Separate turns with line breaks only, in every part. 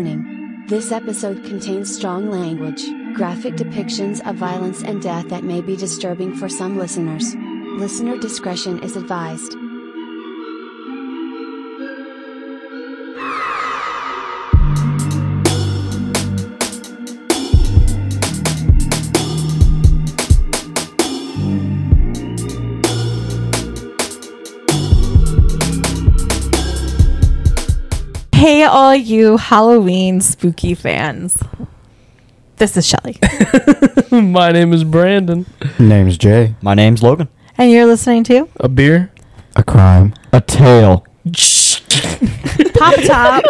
Warning. This episode contains strong language, graphic depictions of violence and death that may be disturbing for some listeners. Listener discretion is advised.
Hey, all you Halloween spooky fans. This is Shelly,
My name is Brandon.
Name's Jay.
My name's Logan.
and you're listening to
A beer?
A crime.
A tail.
Pop Top.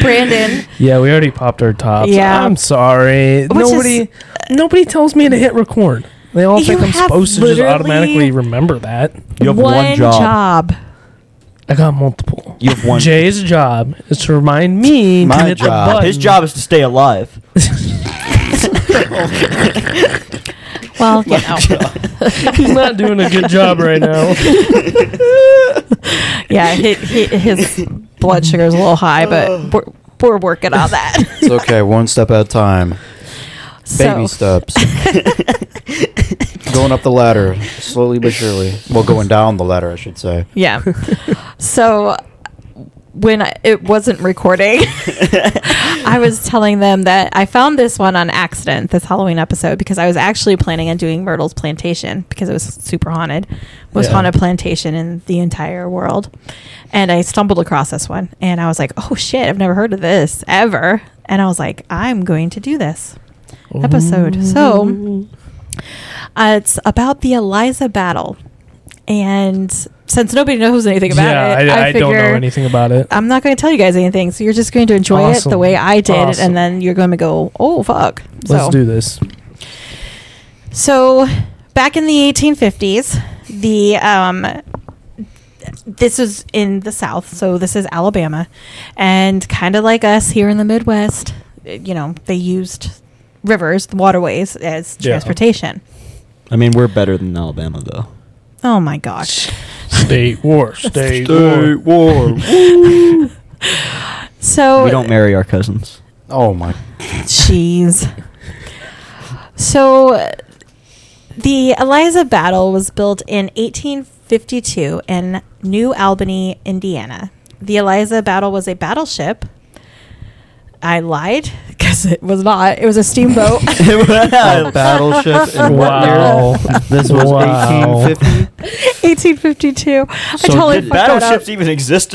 Brandon.
Yeah, we already popped our tops.
Yeah.
I'm sorry. nobody
is-
nobody tells me to hit record. They all
You
think I'm
have
supposed to just
literally-
automatically remember that.
You have one, job.
I got multiple.
You have one.
Jay's job is to remind me to
My
hit the
job.
button.
His job is to stay alive.
Well, you know,
He's not doing a good job right now.
yeah, hi hi his blood sugar is a little high, but we're, we're working on that.
It's okay, one step at a time. Baby
So,
steps. going up the ladder, slowly but surely. Well, going down the ladder, I should say.
yeah. So when I, it wasn't recording, I was telling them that I found this one on accident, this Halloween episode, because I was actually planning on doing Myrtle's Plantation because it was super haunted. Most
Yeah.
haunted plantation in the entire world. And I stumbled across this one and I was like, oh shit, I've never heard of this ever. And I was like, I'm going to do this episode. So uh, it's about the Eliza battle. And since nobody knows anything about
yeah,
it,
I, I don't know
figure-
anything about it.
I'm not going to tell you guys anything. So you're just going to enjoy it
Awesome.
the way I did,
Awesome.
and then you're going to go, "Oh fuck!"
Let's
so,
do this.
so back in the 1850s, the um, this is in the South, so this is Alabama, and kind of like us here in the Midwest, eh, you know, they used rivers, the waterways, as
Yeah.
transportation.
I mean, we're better than Alabama, though.
Oh my gosh!
State war. State, war.
war.
So Oh,
we don't marry our cousins.
Oh my.
Jeez. So uh, the Eliza battle was built in 1852 in New Albany, Indiana. The Eliza battle was a battleship. I lied because it was not. It was a steamboat.
A battleship in what year?
Wow.
This was
Wow.
1850.
1852. I totally
did
fucked that up.
battleships even exist?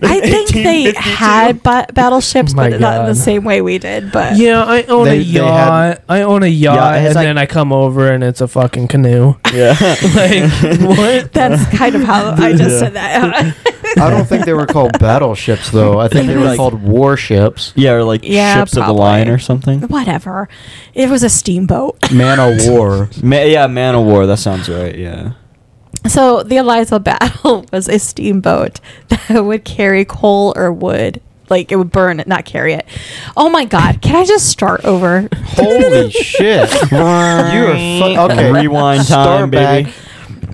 I think they had ba- battleships,
Oh My
but not in the
God.
same way we did. But
Yeah, I own a
They- they had-
yacht. I own a yacht,
Yeah, it's
and
like-
then I come over and it's a fucking canoe.
Yeah.
like what?
that's kind of how I just
Yeah.
said that.
I don't think they were called battleships, though. I think they were
Like-
called warships.
yeah, or like
Yeah,
ships of the line
probably.
or something.
Whatever. It was a steamboat.
Man oh. of war.
Ma- yeah, man of war. That sounds right. Yeah.
So the Eliza battle was a steamboat that would carry coal or wood. Like it would burn it, not carry it. Oh my god, can I just start over?
Holy shit. You are fu- okay.
Rewind
Start
time, baby.
back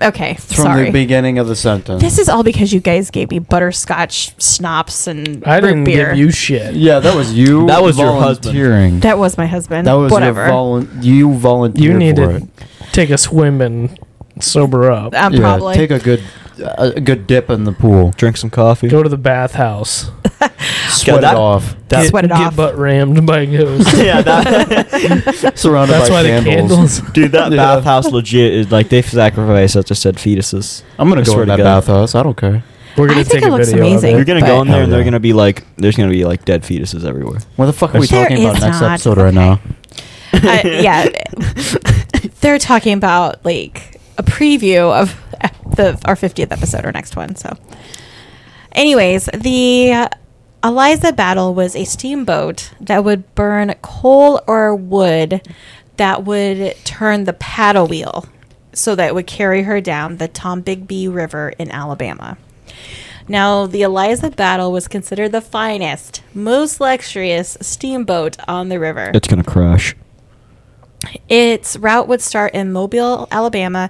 Okay,
from the
sorry.
beginning of the sentence.
This is all because you guys gave me butterscotch schnapps and
I
root
didn't
beer.
give you shit.
yeah, that was you.
That was your husband.
volunteering.
that was my husband.
That was
whatever.
Your volun- you volunteered.
You need
for
to
it.
take a swim and sober up.
um,
Yeah,
probably.
take a good a a good dip in the pool.
Drink some coffee.
Go to the bathhouse.
Sweat
that-
it off.
That-
Sweat it
get
off.
butt rammed by a ghost.
yeah, that,
Surrounded
That's
by
why
candles.
the candles.
dude, that
Yeah.
bathhouse legit is like they sacrifice, as I said, fetuses.
I'm gonna
I
go
swear
in
to
that
God.
bathhouse. I don't care.
We're
I
gonna
think
take
it
a
looks
video.
amazing.
Of
You're
it.
gonna go in there
Hell
and they're
yeah.
gonna be like, there's gonna be like dead fetuses everywhere.
What the fuck are we
There
talking about
is
next
not.
episode right now?
uh, yeah, they're talking about like a preview of the our 50th episode or next one. So, anyways, the Eliza battle was a steamboat that would burn coal or wood that would turn the paddle wheel, so that it would carry her down the Tombigbee River in Alabama. Now, the Eliza battle was considered the finest, most luxurious steamboat on the river.
It's gonna crash.
Its route would start in Mobile, Alabama,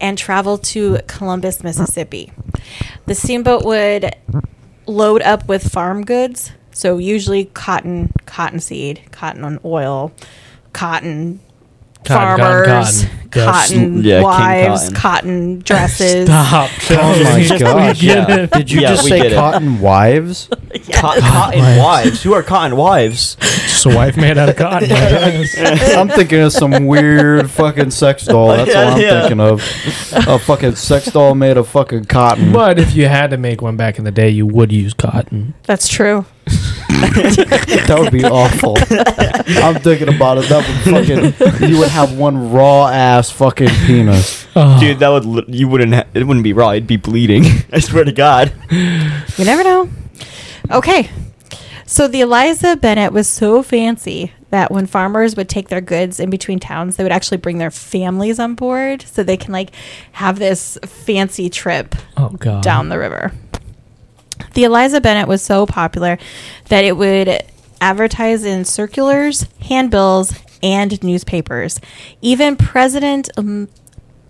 and travel to Columbus, Mississippi. The steamboat would load up with farm goods, So usually cotton, cottonseed, cotton on oil, cotton,
Cotton, cotton,
farmers,
cotton.
cotton,
Yes.
Yeah, king
wives,
cotton.
cotton, dresses.
Stop.
Oh my
get
gosh.
Yeah.
it.
Did you
Yeah,
just
we
say
get it.
cotton wives?
Co- cotton wives. Who are cotton wives?
Just a wife made out of cotton. I guess.
I'm thinking of some weird fucking sex doll. That's what I'm
Yeah.
thinking of. A fucking sex doll made of fucking cotton.
but if you had to make one back in the day, you would use cotton.
That's true.
That would be awful. I'm thinking about it. That would fucking. You would have one raw ass fucking penis.
Oh,
Dude, that would li- you wouldn't. Ha- it wouldn't be raw. It'd be bleeding. Uh-huh. I swear to God.
You never know. Okay. So the Eliza Bennett was so fancy that when farmers would take their goods in between towns, they would actually bring their families on board so they can like have this fancy trip
oh god.
down the river. The Eliza Bennett was so popular that it would advertise in circulars, handbills, and newspapers. Even President um,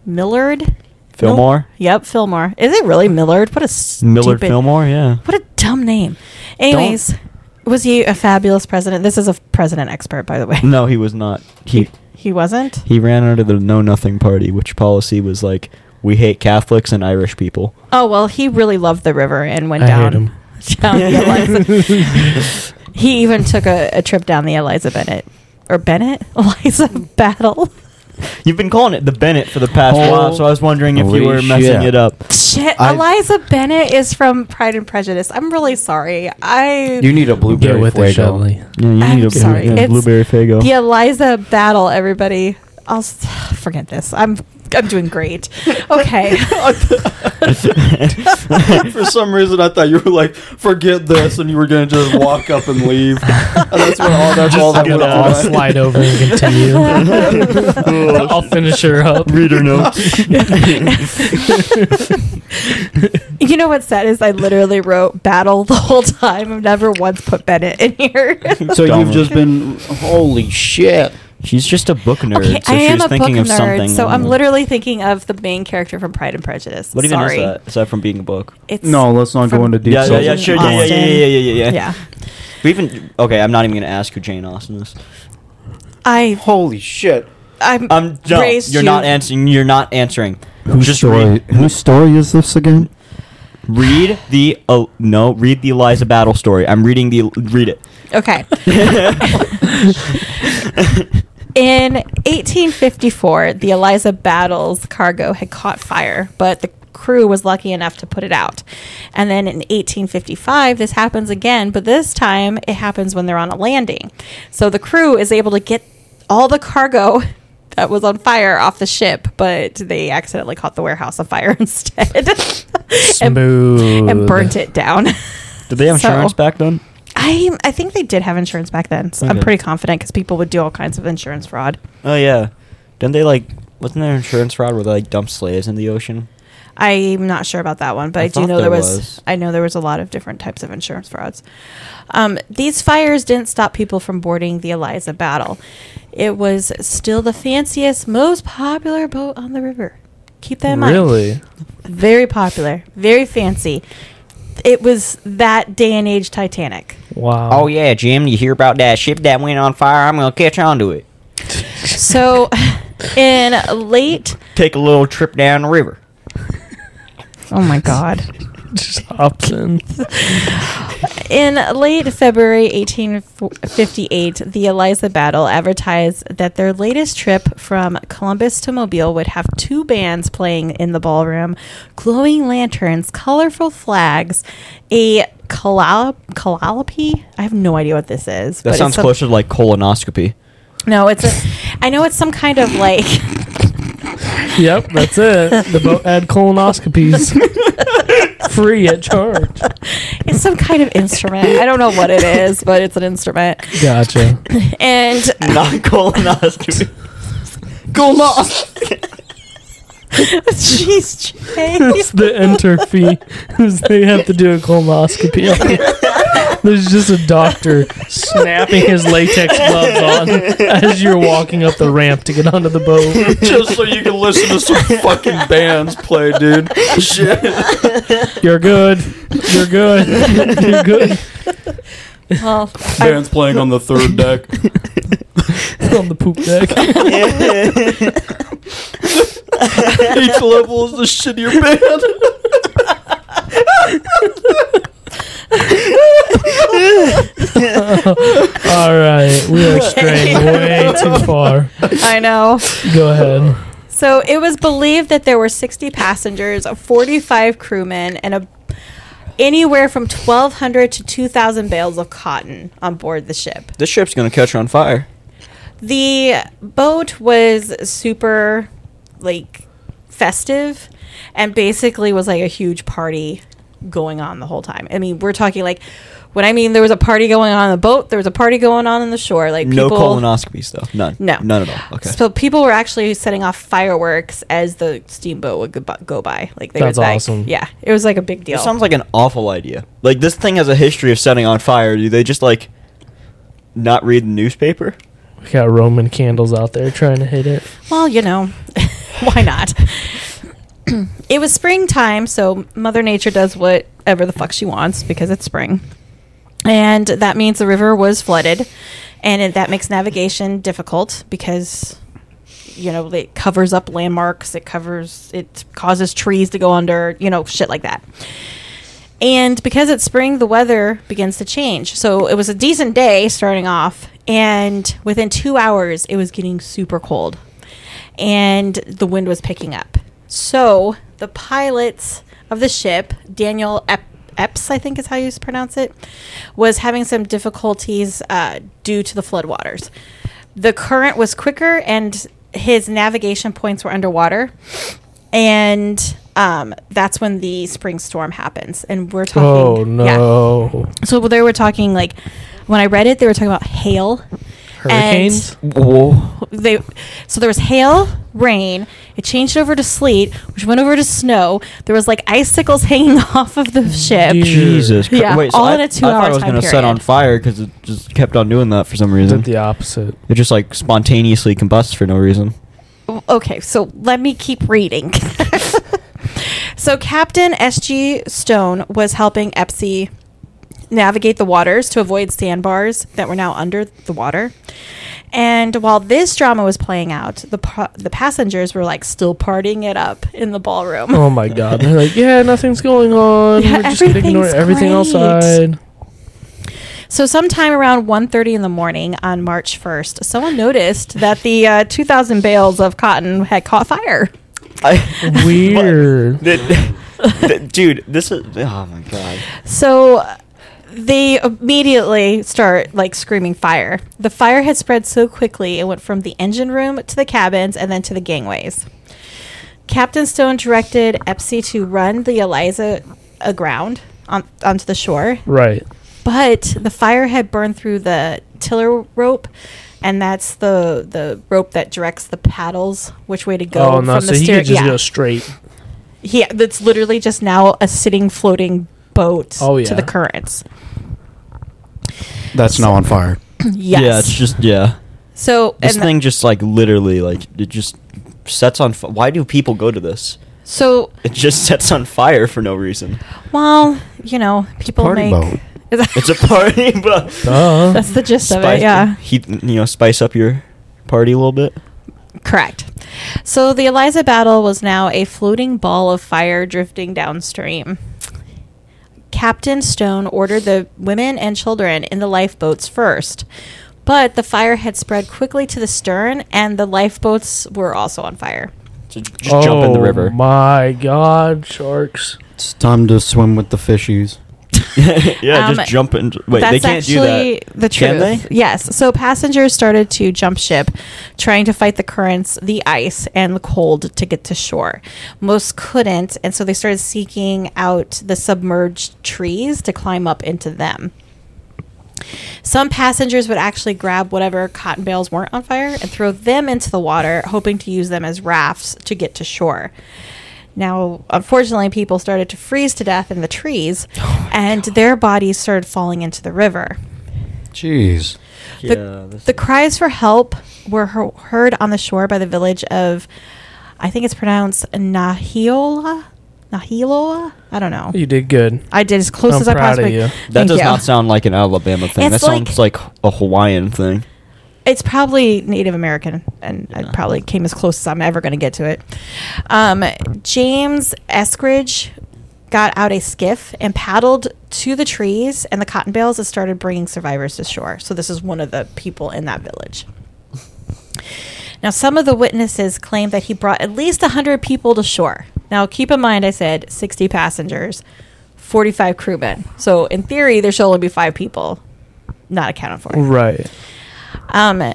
Millard
Fillmore?
Yep, Fillmore. Is it really Millard? What a stupid,
Millard Fillmore. Yeah.
What a dumb name. Anyways, was he a fabulous president? This is a president expert, by the way.
No, he was not. He
he wasn't.
he ran under the Know Nothing Party, which policy was like we hate Catholics and Irish people.
Oh well, he really loved the river and went
I
down.
hate him.
down the Eliza. he even took a, a trip down the Eliza Bennett or Bennett Eliza Battle.
You've been calling it the Bennett for the past
Oh.
while, so I was wondering if you
Holy
were messing
shit.
it up.
Shit,
I-
Eliza Bennett is from Pride and Prejudice. I'm really sorry. I
You need a
Get
blueberry
with it,
fuego.
Shelley.
Yeah, you
I'm
need a blue-
sorry,
yeah,
it's-
blueberry fago.
the Eliza Battle. Everybody, I'll s- forget this. I'm I'm doing great. Okay.
For some reason, I thought you were like, forget this, and you were gonna just walk up and leave. And that's what all that's all that
Get
went
I'll
on.
slide over and continue. I'll finish her up.
Oh,
Reader notes.
You know what's sad is I literally wrote battle the whole time. I've never once put Bennett in here.
So
Dumb.
you've just been holy shit.
She's just a book nerd,
Okay,
so
I
she
am
was
a book
thinking of something.
nerd, so I'm
uh,
literally thinking of the main character from Pride and Prejudice.
What even
Sorry.
is that? Aside from being a book.
It's
No, let's not
From-
go into
Yeah,
details.
yeah, yeah, sure, yeah, yeah, yeah,
Austin.
yeah, yeah, yeah, yeah,
yeah.
We even okay. I'm not even gonna ask who Jane Austen is.
I
Holy shit.
I'm,
I'm no,
raised
Um, you're
you-
not answering. You're not answering. Just read,
Whose story is this again?
read the oh no, read the Eliza Battle story. I'm reading the read it.
Okay. In 1854, the Eliza Battles cargo had caught fire, but the crew was lucky enough to put it out. And then in 1855, this happens again, but this time it happens when they're on a landing. So the crew is able to get all the cargo that was on fire off the ship, but they accidentally caught the warehouse on fire instead and,
Smooth.
and burnt it down.
Did they have
So-
insurance back then?
I I think they did have insurance back then. So I'm
Okay.
pretty confident because people would do all kinds of insurance fraud.
Oh yeah, didn't they like? Wasn't there insurance fraud where they like dumped slaves in the ocean?
I'm not sure about that one, but I,
I
do
thought
know there
there
was,
was.
I know there was a lot of different types of insurance frauds. Um, these fires didn't stop people from boarding the Eliza Battle. It was still the fanciest, most popular boat on the river. Keep that in mind.
Really?
Very popular, very fancy. It was that day and age Titanic.
Wow.
Oh yeah, Jim, you hear about that ship that went on fire? I'm gonna catch on to it.
So, in late,
Take a little trip down the river.
oh my God.
Just hops in.
In late February 1858, the Eliza Battle advertised that their latest trip from Columbus to Mobile would have two bands playing in the ballroom, glowing lanterns, colorful flags, a calal- calliope. I have no idea what this is.
That
it's
sounds
some-
closer to like colonoscopy.
No, it's. A, I know it's some kind of like.
Yep, that's it. The boat had colonoscopies. Free at charge.
It's some kind of instrument. I don't know what it is, but it's an instrument.
Gotcha.
And
Not colonoscopy.
jeez, Jay.
It's the enter fee. 'cause they have to do a colonoscopy. on it. There's just a doctor snapping his latex gloves on as you're walking up the ramp to get onto the boat.
Just so you can listen to some fucking bands play, dude. Shit.
You're good. You're good. You're good.
Well, I,
Band's playing on the third deck.
on the poop deck.
Each level is a shittier band.
All right, we are straying way too far.
I know.
Go ahead.
So it was believed that there were 60 passengers, 45 crewmen, and a, anywhere from 1,200 to 2,000 bales of cotton on board the ship.
This ship's gonna catch on fire.
The boat was super, like, festive and basically was like a huge party going on the whole time. I mean, we're talking like, when I mean there was a party going on on the boat, there was a party going on on the shore. Like,
no
people,
colonoscopies though. None.
No.
None at all. Okay.
So people were actually setting off fireworks as the steamboat would go bu- go by. Like they
That's
would, like,
awesome.
Yeah, it was like a big deal.
It sounds like an awful idea. Like this thing has a history of setting on fire. Do they just like not read the newspaper?
We got Roman candles out there trying to hit it.
well, you know, why not? it was springtime, so Mother Nature does whatever the fuck she wants because it's spring, and that means the river was flooded, and it, that makes navigation difficult because. You know, it covers up landmarks. It covers. It causes trees to go under. You know, shit like that. And because it's spring, the weather begins to change. So it was a decent day starting off, and within two hours, it was getting super cold, and the wind was picking up. So the pilots of the ship, Daniel Ep- Epps, I think is how you s- pronounce it, was having some difficulties uh, due to the floodwaters. The current was quicker, and his navigation points were underwater and um, that's when the spring storm happens. And we're talking.
Oh
Yeah.
no!
So they were talking like when I read it, they were talking about hail.
Hurricanes.
Whoa.
They so there was hail, rain. It changed over to sleet, which went over to snow. There was like icicles hanging off of the ship.
Dude.
Jesus Christ.
Yeah,
Wait, so
all
I,
in a
I
two-hour
thought it was
time
gonna set
period.
on fire because it just kept on doing that for some
Did
reason.
the opposite.
It just like spontaneously combusts for no reason.
okay, so let me keep reading. so Captain S.G. Stone was helping Epsy navigate the waters to avoid sandbars that were now under the water. And while this drama was playing out, the pa- the passengers were like still partying it up in the ballroom.
Oh my God! They're like, yeah, nothing's going on.
Yeah,
We're just gonna ignore
everything's
everything
great.
outside.
So sometime around 1.30 in the morning on March 1st, someone noticed that the uh, 2,000 bales of cotton had caught fire.
I,
Weird.
That- that- dude, this is oh my god.
So uh, they immediately start like screaming fire. The fire had spread so quickly, it went from the engine room to the cabins and then to the gangways. Captain Stone directed Epsy to run the Eliza aground on, onto the shore,
Right.
but the fire had burned through the tiller rope. And that's the the rope that directs the paddles which way to go
oh no!
from
So
the
he
steer.
could just
yeah.
go straight.
Yeah, that's literally just now a sitting floating boat
Oh, yeah.
to the currents.
That's now on fire.
Yes.
Yeah, it's just yeah.
so
This
and
thing just like literally like it just sets on. F- Why do people go to this?
so
It just sets on fire for no reason.
well, you know, people
party
make
It's a party, but
Duh.
that's the gist of it. Yeah,
Heat, you know, spice up your party a little bit.
correct. So the Eliza battle was now a floating ball of fire drifting downstream. Captain Stone ordered the women and children in the lifeboats first, but the fire had spread quickly to the stern, and the lifeboats were also on fire.
So just jump in the
Oh,
river.
My God, sharks.
It's time to swim with the fishies.
yeah,
Um,
just jump in. Wait, they
That's
can't
actually
do that.
the truth.
Can they?
Yes. So passengers started to jump ship, trying to fight the currents, the ice, and the cold to get to shore. Most couldn't, and so they started seeking out the submerged trees to climb up into them. Some passengers would actually grab whatever cotton bales weren't on fire and throw them into the water, hoping to use them as rafts to get to shore. Now, unfortunately, people started to freeze to death in the trees,
Oh
and their bodies started falling into the river.
Jeez.
The, the cries for help were he- heard on the shore by the village of, I think it's pronounced Nahiola. Nahilo? I don't know.
You did good.
I did as close
I'm
as I
proud of
possibly
you.
could.
That does not sound like an Alabama thing.
It's
that sounds like a Hawaiian thing.
It's probably Native American, and I probably came as close as I'm ever going to get to it. Um, James Eskridge got out a skiff and paddled to the trees and the cotton bales and started bringing survivors to shore. So this is one of the people in that village. Now, some of the witnesses claim that he brought at least 100 people to shore. Now, keep in mind, I said 60 passengers, 45 crewmen. So, in theory, there should only be five people not accounted for.
Right.
Um,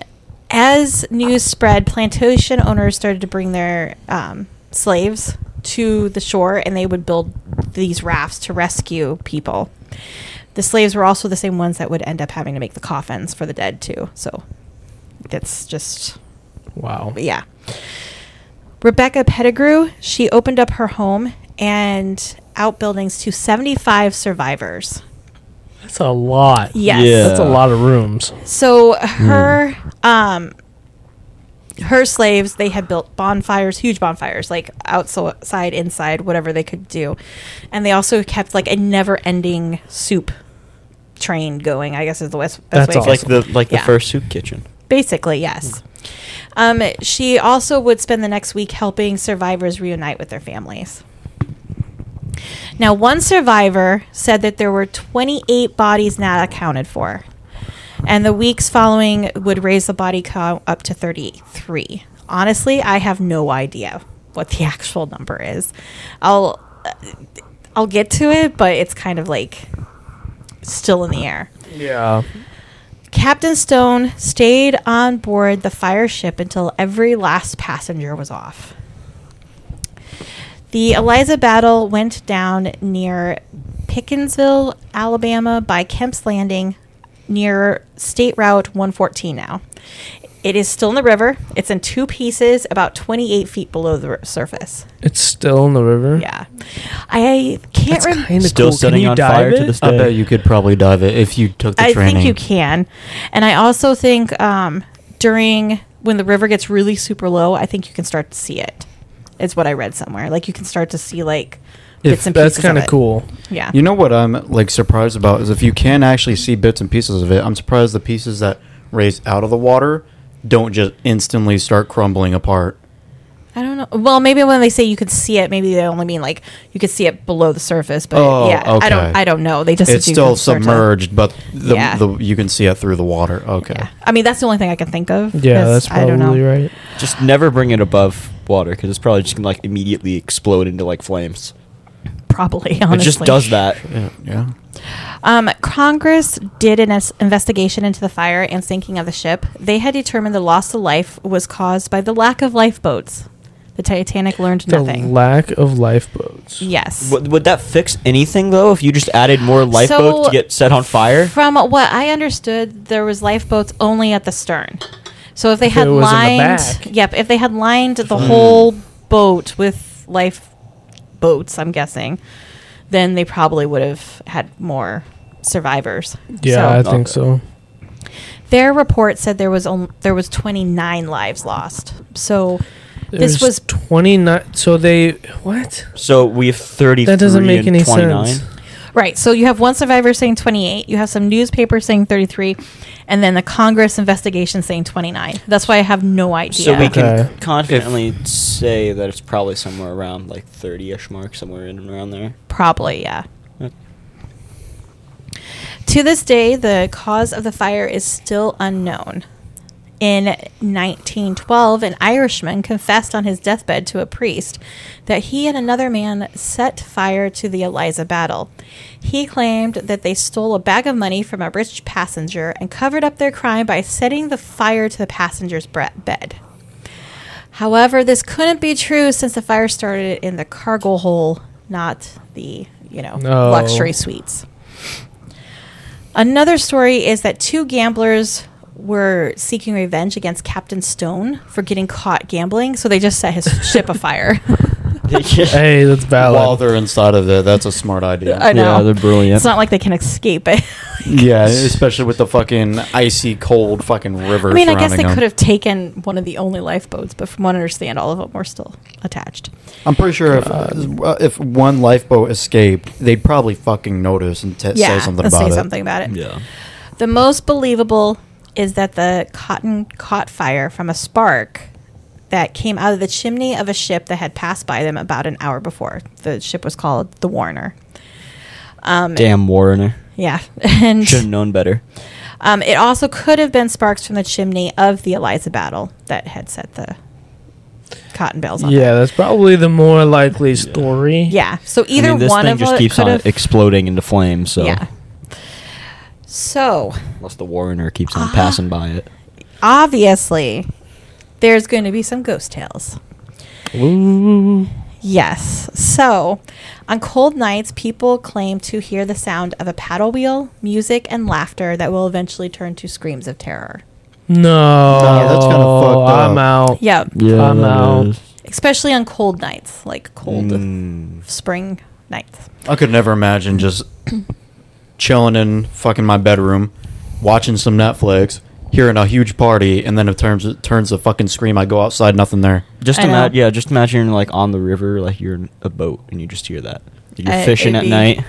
as news spread, plantation owners started to bring their um, slaves to the shore and they would build these rafts to rescue people. The slaves were also the same ones that would end up having to make the coffins for the dead, too. So that's just
Wow.
yeah. Rebecca Pettigrew, she opened up her home and outbuildings to 75 survivors.
That's a lot.
Yes.
Yeah.
That's a lot of rooms.
So her
Hmm.
um her slaves they had built bonfires, huge bonfires, like outside, inside, whatever they could do. And they also kept like a never-ending soup train going, I guess is the best, best
That's
way
awesome.
to
Like the like
Yeah.
the first soup kitchen.
Basically, yes. Um, she also would spend the next week helping survivors reunite with their families. Now, one survivor said that there were 28 bodies not accounted for, and the weeks following would raise the body count up to 33. Honestly, I have no idea what the actual number is. I'll uh, I'll get to it, but it's kind of like still in the air.
Yeah.
Captain Stone stayed on board the fire ship until every last passenger was off. The Eliza battle went down near Pickensville, Alabama by Kemp's Landing near State Route 114 now. It is still in the river. It's in two pieces about 28 feet below the r- surface.
It's still in the river.
Yeah. I can't
It's
remember.
kind of
Still
cool. Can
setting
you
on
dive
fire
it?
to this
I
day.
bet you could probably dive it if you took the
I
training.
think you can. And I also think um, during when the river gets really super low, I think you can start to see it. Is what I read somewhere. Like you can start to see like bits and pieces.
That's kind
of
of
it.
cool.
Yeah.
You know what I'm like surprised about is if you can actually see bits and pieces of it. I'm surprised the pieces that raise out of the water don't just instantly start crumbling apart.
I don't know. Well, maybe when they say you could see it, maybe they only mean like you could see it below the surface. But
Oh,
yeah, I don't.
okay.
I don't know. They just
It's
you
still
can start to-
submerged, but the,
Yeah.
the you can see it through the water. Okay.
Yeah. I mean, that's the only thing I can think of.
Yeah,
'cause
that's probably
I don't know.
right.
Just never bring it above water because it's probably just gonna like immediately explode into like flames.
Probably. Honestly.
It just does that.
Yeah. yeah.
Um, Congress did an es- investigation into the fire and sinking of the ship. They had determined the loss of life was caused by the lack of lifeboats. The Titanic learned
The
nothing.
lack of lifeboats.
yes.
Would, would that fix anything though? If you just added more lifeboats
So-
to get set on fire?
From what I understood, there was lifeboats only at the stern. So if they had
It was in the
lined,
back. Hmm.
yep, if they had lined the whole boat with lifeboats, I'm guessing, then they probably would have had more survivors. So-
Yeah, I
So-
think so.
Their report said there was on, there was 29 lives lost. So this
There's
was
29. So they. What?
So we have thirty.
That doesn't make any
29.
sense.
right. So you have one survivor saying 28, you have some newspaper saying 33, and then the Congress investigation saying 29. That's why I have no idea.
So we
Okay.
can confidently say that it's probably somewhere around like thirty-ish mark, somewhere in and around there.
probably yeah.
Yep.
To this day, the cause of the fire is still unknown. In 1912, an Irishman confessed on his deathbed to a priest that he and another man set fire to the Eliza battle. He claimed that they stole a bag of money from a rich passenger and covered up their crime by setting the fire to the passenger's bre- bed. However, this couldn't be true since the fire started in the cargo hold, not the, you know,
No.
luxury suites. Another story is that two gamblers were seeking revenge against Captain Stone for getting caught gambling, so they just set his ship afire.
Hey, that's valid.
While they're inside of it, that's a smart idea.
I know.
Yeah, they're brilliant.
It's not like they can escape it.
yeah, especially with the fucking icy cold fucking river.
I mean, I guess they
surrounding 'em.
could have taken one of the only lifeboats, but from what I understand, all of them were still attached.
I'm pretty sure if uh, if one lifeboat escaped, they'd probably fucking notice and t-
Yeah,
say something
let's
about
say
it.
something about it.
yeah.
The most believable is that the cotton caught fire from a spark that came out of the chimney of a ship that had passed by them about an hour before. The ship was called the Warner. Um,
Damn Warner.
Yeah, and
Should have known better.
um, it also could have been sparks from the chimney of the Eliza Battle that had set the cotton bells on.
yeah,
fire.
that's probably the more likely story.
yeah. So either
I mean, this
one
thing
of
just
it
keeps
could
on
have.
exploding into flames. So
Yeah. So
unless the Warner keeps on passing by it,
obviously, there's going to be some ghost tales.
Ooh.
Yes. So, on cold nights, people claim to hear the sound of a paddle wheel, music, and laughter that will eventually turn to screams of terror.
No,
that's kinda fucked up.
I'm out.
Yeah.
Yeah, I'm out.
Especially on cold nights, like cold spring nights.
I could never imagine just chilling in fucking my bedroom, watching some Netflix, hearing a huge party, and then it turns it turns to fucking scream. I go outside, nothing there.
Just
I know.
imagine, yeah, just imagine you're like on the river, like you're in a boat, and you just hear that. You're
I-
fishing
it'd
at
be-
night.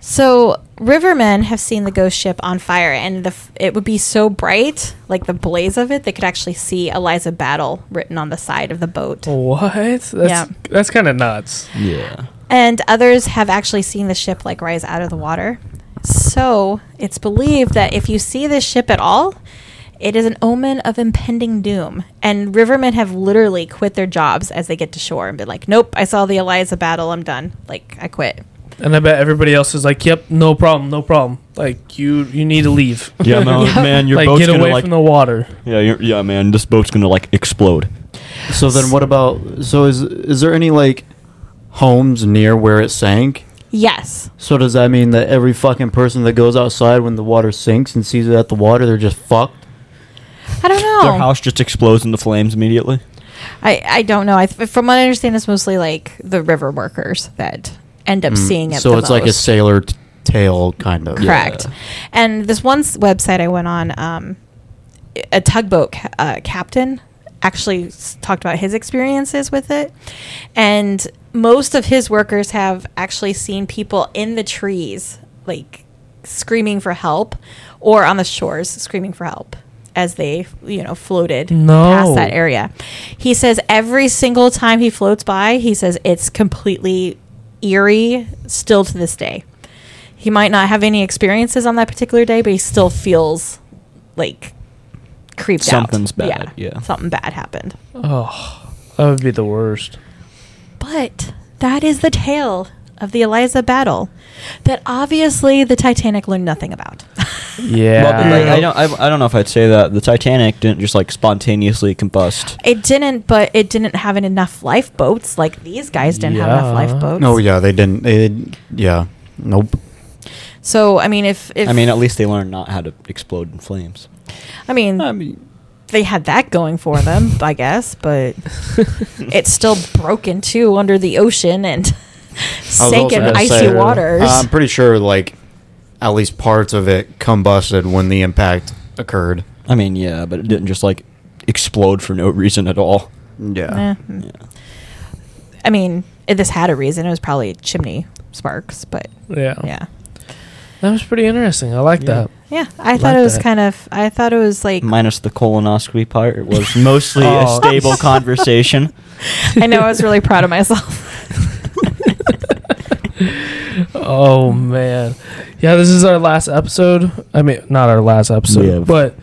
So, rivermen have seen the ghost ship on fire, and the f- it would be so bright, like the blaze of it, they could actually see Eliza Battle written on the side of the boat.
What? That's
Yeah.
that's kind of nuts.
Yeah.
And others have actually seen the ship like rise out of the water. So it's believed that if you see this ship at all, it is an omen of impending doom. And rivermen have literally quit their jobs as they get to shore and been like, nope, I saw the Eliza battle. I'm done. Like, I quit.
And I bet everybody else is like, "Yep, no problem, no problem." Like you, you need to leave.
Yeah, man,
Yeah.
man your
like
boat's
get
gonna
away
like
from the water.
yeah, you're, yeah, man, this boat's gonna like explode.
So then, what about? So is is there any like homes near where it sank?
Yes.
So does that mean that every fucking person that goes outside when the water sinks and sees it at the water, they're just fucked?
I don't know.
Their house just explodes into flames immediately.
I, I don't know. I, th- from what I understand, it's mostly like the river workers that end
Mm.
up seeing it.
So
the
it's like a
most.
sailor t- tale kind of.
correct and this one s- website i went on um, a tugboat ca- uh, captain actually s- talked about his experiences with it and most of his workers have actually seen people in the trees like screaming for help or on the shores screaming for help as they you know floated
No.
past that area he says every single time he floats by he says it's completely eerie still to this day he might not have any experiences on that particular day, but he still feels like creeped
Something's
out.
bad, yeah.
something bad happened.
Oh, that would be the worst.
But that is the tale of the Eliza battle that obviously the Titanic learned nothing about.
Yeah.
Well,
Mm-hmm.
like, I don't, I, I don't know if I'd say that the Titanic didn't just like spontaneously combust.
it didn't, but it didn't have an- enough lifeboats. Like these guys didn't have enough
Yeah.
lifeboats.
Oh,
No, Oh, yeah, they didn't. They, didn't- yeah, nope.
So I mean, if, if
I mean, at least they learned not how to explode in flames.
I mean, they had that going for them, I guess, but it's still broken too under the ocean and
I was
sank
also
in
gonna
icy
say, uh,
waters.
Um,
I'm pretty sure, like, at least parts of it combusted when the impact occurred.
I mean, yeah, but it didn't just like explode for no reason at all.
Yeah.
Eh. I mean, if this had a reason. It was probably chimney sparks, but
yeah.
yeah.
That was pretty interesting. I like that.
Yeah, I thought
like
it was
that.
kind of. I thought it was like.
Minus the colonoscopy part, it was mostly a
Oh.
stable conversation.
I know I was really proud of myself.
Oh man, yeah. This is our last episode. I mean, not our last episode,
Yeah.
but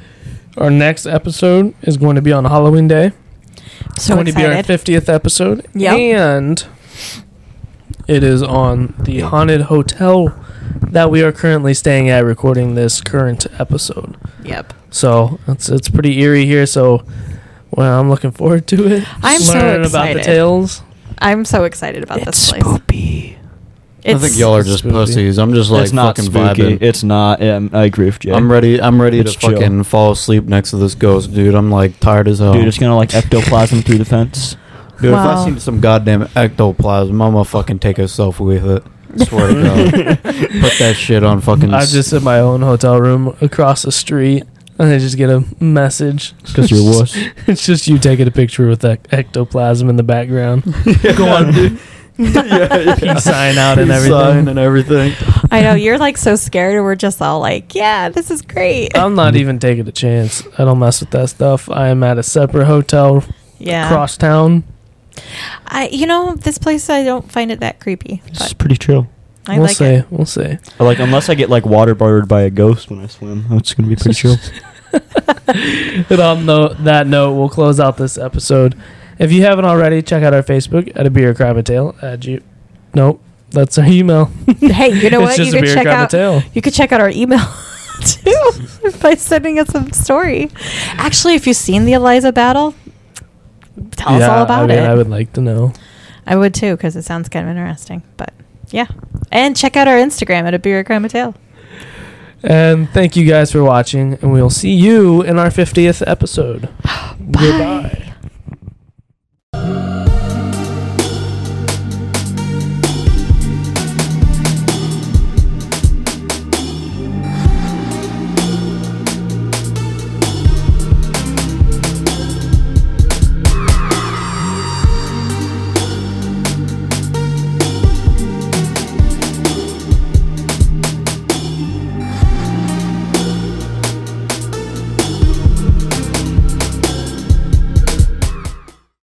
our next episode is going to be on Halloween Day. It's
so
going to be our
excited.
fiftieth episode.
Yep.
and it is on the haunted hotel that we are currently staying at, recording this current episode.
Yep.
So it's it's pretty eerie here. So well, I'm looking forward to it.
I'm so
Learn about
excited.
the tales.
I'm so excited about this place.
spoopy.
I think y'all are just
spooky.
pussies. I'm just like
it's not
fucking
spooky.
vibing.
It's not. Yeah, I'm- I agree with Jay.
I'm ready. I'm ready
It's
to
chill.
fucking fall asleep next to this ghost, dude. I'm like tired as hell.
Dude, it's gonna like ectoplasm through the fence.
Dude, if
Wow.
I see some goddamn ectoplasm, I'm gonna fucking take a selfie with it. Swear to God. Put that shit on fucking.
I'm just in my own hotel room across the street, and I just get a message.
because you're a wuss.
It's just you taking a picture with that ectoplasm in the background. Go on, dude. Peace sign out and
Peace
everything.
sign and everything.
I know you're like so scared, and we're just all like, "Yeah, this is great."
I'm not even taking a chance. I don't mess with that stuff. I am at a separate hotel
yeah,
across town.
I, you know, this place I don't find it that creepy.
It's
But
pretty chill.
I
we'll
like
see.
it.
We'll see.
Like unless I get like waterboarded by a ghost when I swim, it's gonna be pretty chill.
And on no, that note, we'll close out this episode. If you haven't already, check out our Facebook at a beer crab a tale at you. Nope, that's our email.
Hey, you know what?
it's
You
just a
could
beer
check
crab
out.
a tale.
You could check out our email too by sending us a story. Actually, if you've seen the Eliza battle, tell us all about
I mean,
it.
I would like to know.
I would too, because it sounds kind of interesting. But yeah, and check out our Instagram at a beer crime a tale.
And thank you guys for watching, and we'll see you in our 50th episode.
Bye.